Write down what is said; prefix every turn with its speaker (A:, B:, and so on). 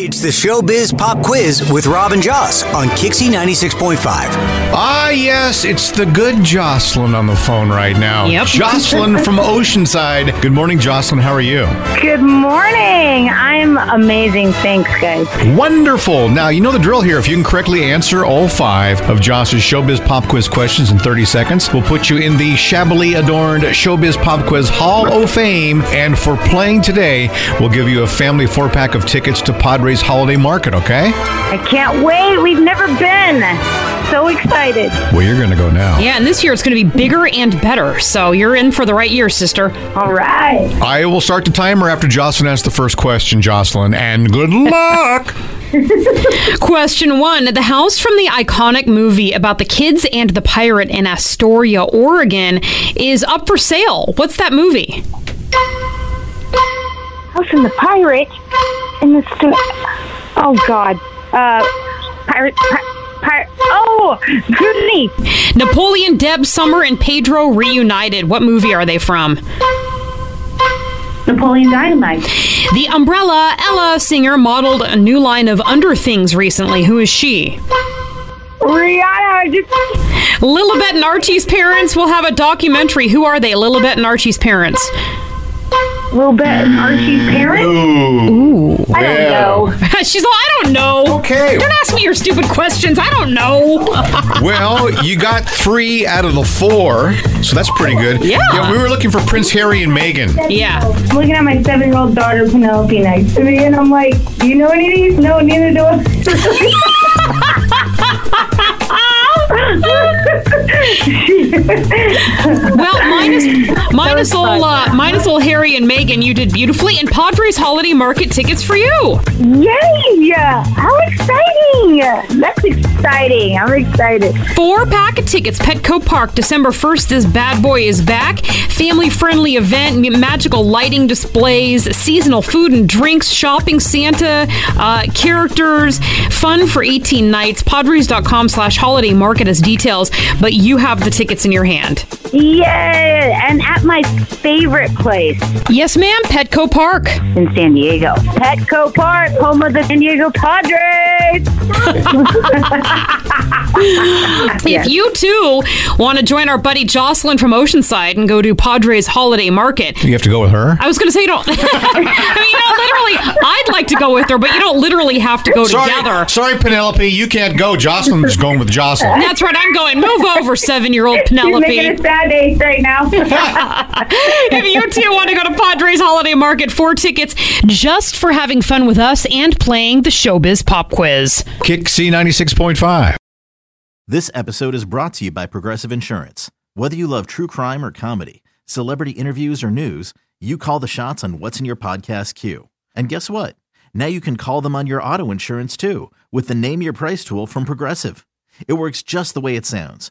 A: It's the Showbiz Pop Quiz with Robin Joss on Kixie 96.5.
B: Ah, yes, it's the good Jocelyn on the phone right now.
C: Yep.
B: Jocelyn from Oceanside. Good morning, Jocelyn. How are you?
C: Good morning. I'm amazing. Thanks, guys.
B: Wonderful. Now, you know the drill here. If you can correctly answer all five of Josh's Showbiz Pop Quiz questions in 30 seconds, we'll put you in the shabbily adorned Showbiz Pop Quiz Hall of Fame. And for playing today, we'll give you a family four pack of tickets to Padres Holiday Market, okay?
C: I can't wait. We've never been. So excited.
B: Well, you're going to go now.
D: Yeah, and this year it's going to be bigger and better. So you're in for the right year, sister.
C: All right.
B: I will start the timer after Jocelyn asks the first question, Jocelyn, and good luck.
D: Question one The house from the iconic movie about the kids and the pirate in Astoria, Oregon, is up for sale. What's that movie?
C: House in the Pirate. And the. St- oh, God. Uh, pirate. Pi- pirate. Oh, goodney.
D: Napoleon, Deb Summer, and Pedro reunited. What movie are they from?
C: Napoleon Dynamite.
D: The Umbrella Ella singer modeled a new line of underthings recently. Who is she?
C: Rihanna. I Just,
D: Lilibet and Archie's parents will have a documentary. Who are they? Lilibet and Archie's parents.
C: little bit. Archie's parents? I don't know.
D: She's all, I don't know.
B: Okay.
D: Don't ask me your stupid questions. I don't know.
B: Well, you got three out of the four, so that's pretty good.
D: Yeah.
B: Yeah, we were looking for Prince Harry and Meghan.
D: yeah.
C: I'm looking at my seven year old daughter Penelope next to me, and I'm like, Do you know any of these? No, neither do I.
D: Well, minus minus old uh, minus old Harry and Megan, you did beautifully, and Padres holiday market tickets for you.
C: Yay! How exciting! That's exciting. I'm excited.
D: Four pack of tickets, Petco Park, December first. This bad boy is back. Family friendly event, m- magical lighting displays, seasonal food and drinks, shopping Santa uh, characters, fun for 18 nights. Padres.com/slash holiday market has details, but you have the tickets in your hand.
C: Yay! And at my favorite place
D: Yes, ma'am. Petco Park.
C: in San Diego, Petco Park, home of the San Diego Padres.
D: If you too want to join our buddy Jocelyn from Oceanside and go to Padres Holiday Market,
B: You have to go with her?
D: I was going to say you don't. I mean, you know, literally, I'd like to go with her, but you don't literally have to go
B: Sorry,
D: together.
B: sorry, Penelope, you can't go. Jocelyn's going with Jocelyn.
D: That's right. I'm going. Move over, seven-year-old
C: She's making
D: Penelope.
C: a sad day right now.
D: If you too want to go to Padres Holiday Market, four tickets just for having fun with us and playing the Showbiz Pop Quiz.
B: Kick C ninety six point five.
E: This episode is brought to you by Progressive Insurance. Whether you love true crime or comedy, celebrity interviews or news, you call the shots on what's in your podcast queue. And guess what? Now you can call them on your auto insurance too with the Name Your Price tool from Progressive. It works just the way it sounds.